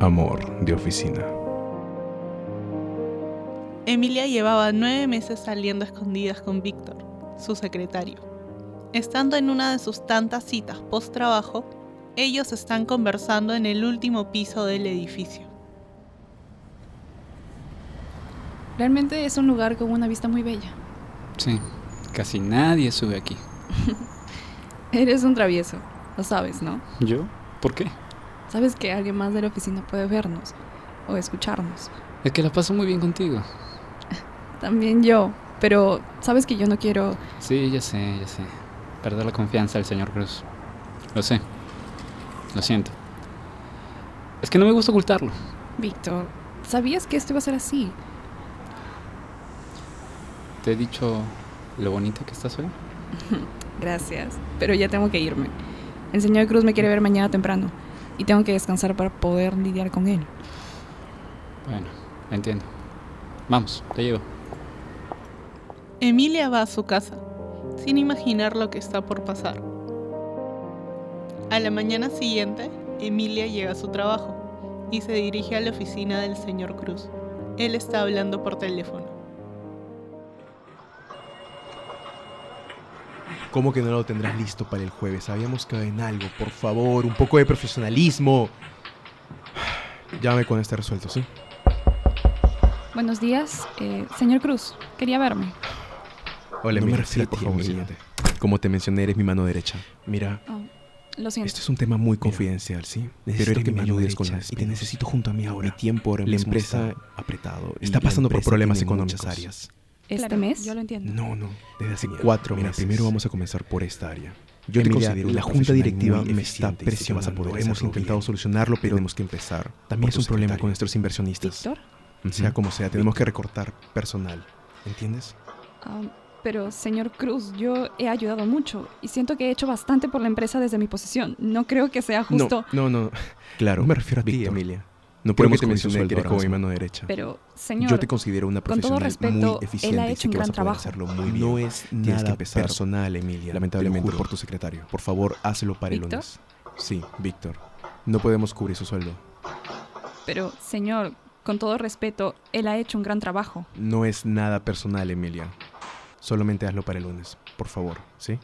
Amor de oficina. Emilia llevaba nueve meses saliendo a escondidas con Víctor, su secretario. Estando en una de sus tantas citas post trabajo, ellos están conversando en el último piso del edificio. Realmente es un lugar con una vista muy bella. Sí, casi nadie sube aquí. Eres un travieso, lo sabes, ¿no? ¿Yo? ¿Por qué? Sabes que alguien más de la oficina puede vernos o escucharnos. Es que la paso muy bien contigo. También yo, pero sabes que yo no quiero... Sí, ya sé, ya sé. Perder la confianza del señor Cruz. Lo sé. Lo siento. Es que no me gusta ocultarlo. Víctor, ¿sabías que esto iba a ser así? Te he dicho lo bonita que estás hoy. Gracias, pero ya tengo que irme. El señor Cruz me quiere ver mañana temprano y tengo que descansar para poder lidiar con él. Bueno, entiendo. Vamos, te llevo. Emilia va a su casa, sin imaginar lo que está por pasar. A la mañana siguiente, Emilia llega a su trabajo y se dirige a la oficina del señor Cruz. Él está hablando por teléfono. ¿Cómo que no lo tendrás listo para el jueves? Habíamos quedado en algo, por favor, un poco de profesionalismo. Llame cuando esté resuelto, ¿sí? Buenos días, eh, señor Cruz. Quería verme. Hola, No me mira, refiero a por ti, favor, Emilia. siéntate. Como te mencioné, eres mi mano derecha. Mira, Oh, Lo siento. esto es un tema muy confidencial, ¿sí? Necesito Pero eres que mi me mano ayudes derecha con las y te penas. necesito junto a mí ahora. Mi tiempo ahora la mismo empresa está apretado. y está la pasando por empresa problemas tiene muchas económicos. áreas. ¿Este Claro, mes? Yo lo entiendo. No, no, desde hace Mira, cuatro mira, meses. primero vamos a comenzar por esta área. Yo te Emilia, considero la una junta profesional directiva muy me está eficiente y sé que vas a presionando. poder Hemos hacerlo intentado bien. solucionarlo, pero Tenemos que empezar. También es un problema con nuestros inversionistas. ¿Víctor? Sea como sea, tenemos que recortar personal. ¿Entiendes? Ah, pero, señor Cruz, yo he ayudado mucho y siento que he hecho bastante por la empresa desde mi posición. No creo que sea justo. No, no, no. Claro, No me refiero a ti, Víctor. Emilia. No Creo que podemos te te mencioné mencionar que que eres eres como mi como mi mano derecha. Pero, señor. Yo te considero una con todo profesional respeto, muy él ha eficiente y hecho sé un que vas a gran poder trabajo. hacerlo muy bien. No es Tienes que nada empezar personal. personal, Emilia. Lamentablemente. Te lo juro por tu secretario. Por favor, hazlo para el ¿Víctor? lunes. Sí, Víctor. No podemos cubrir su sueldo. Pero, señor, con todo respeto, él ha hecho un gran trabajo. No es nada personal, Emilia. Solamente hazlo para el lunes, por favor, ¿sí?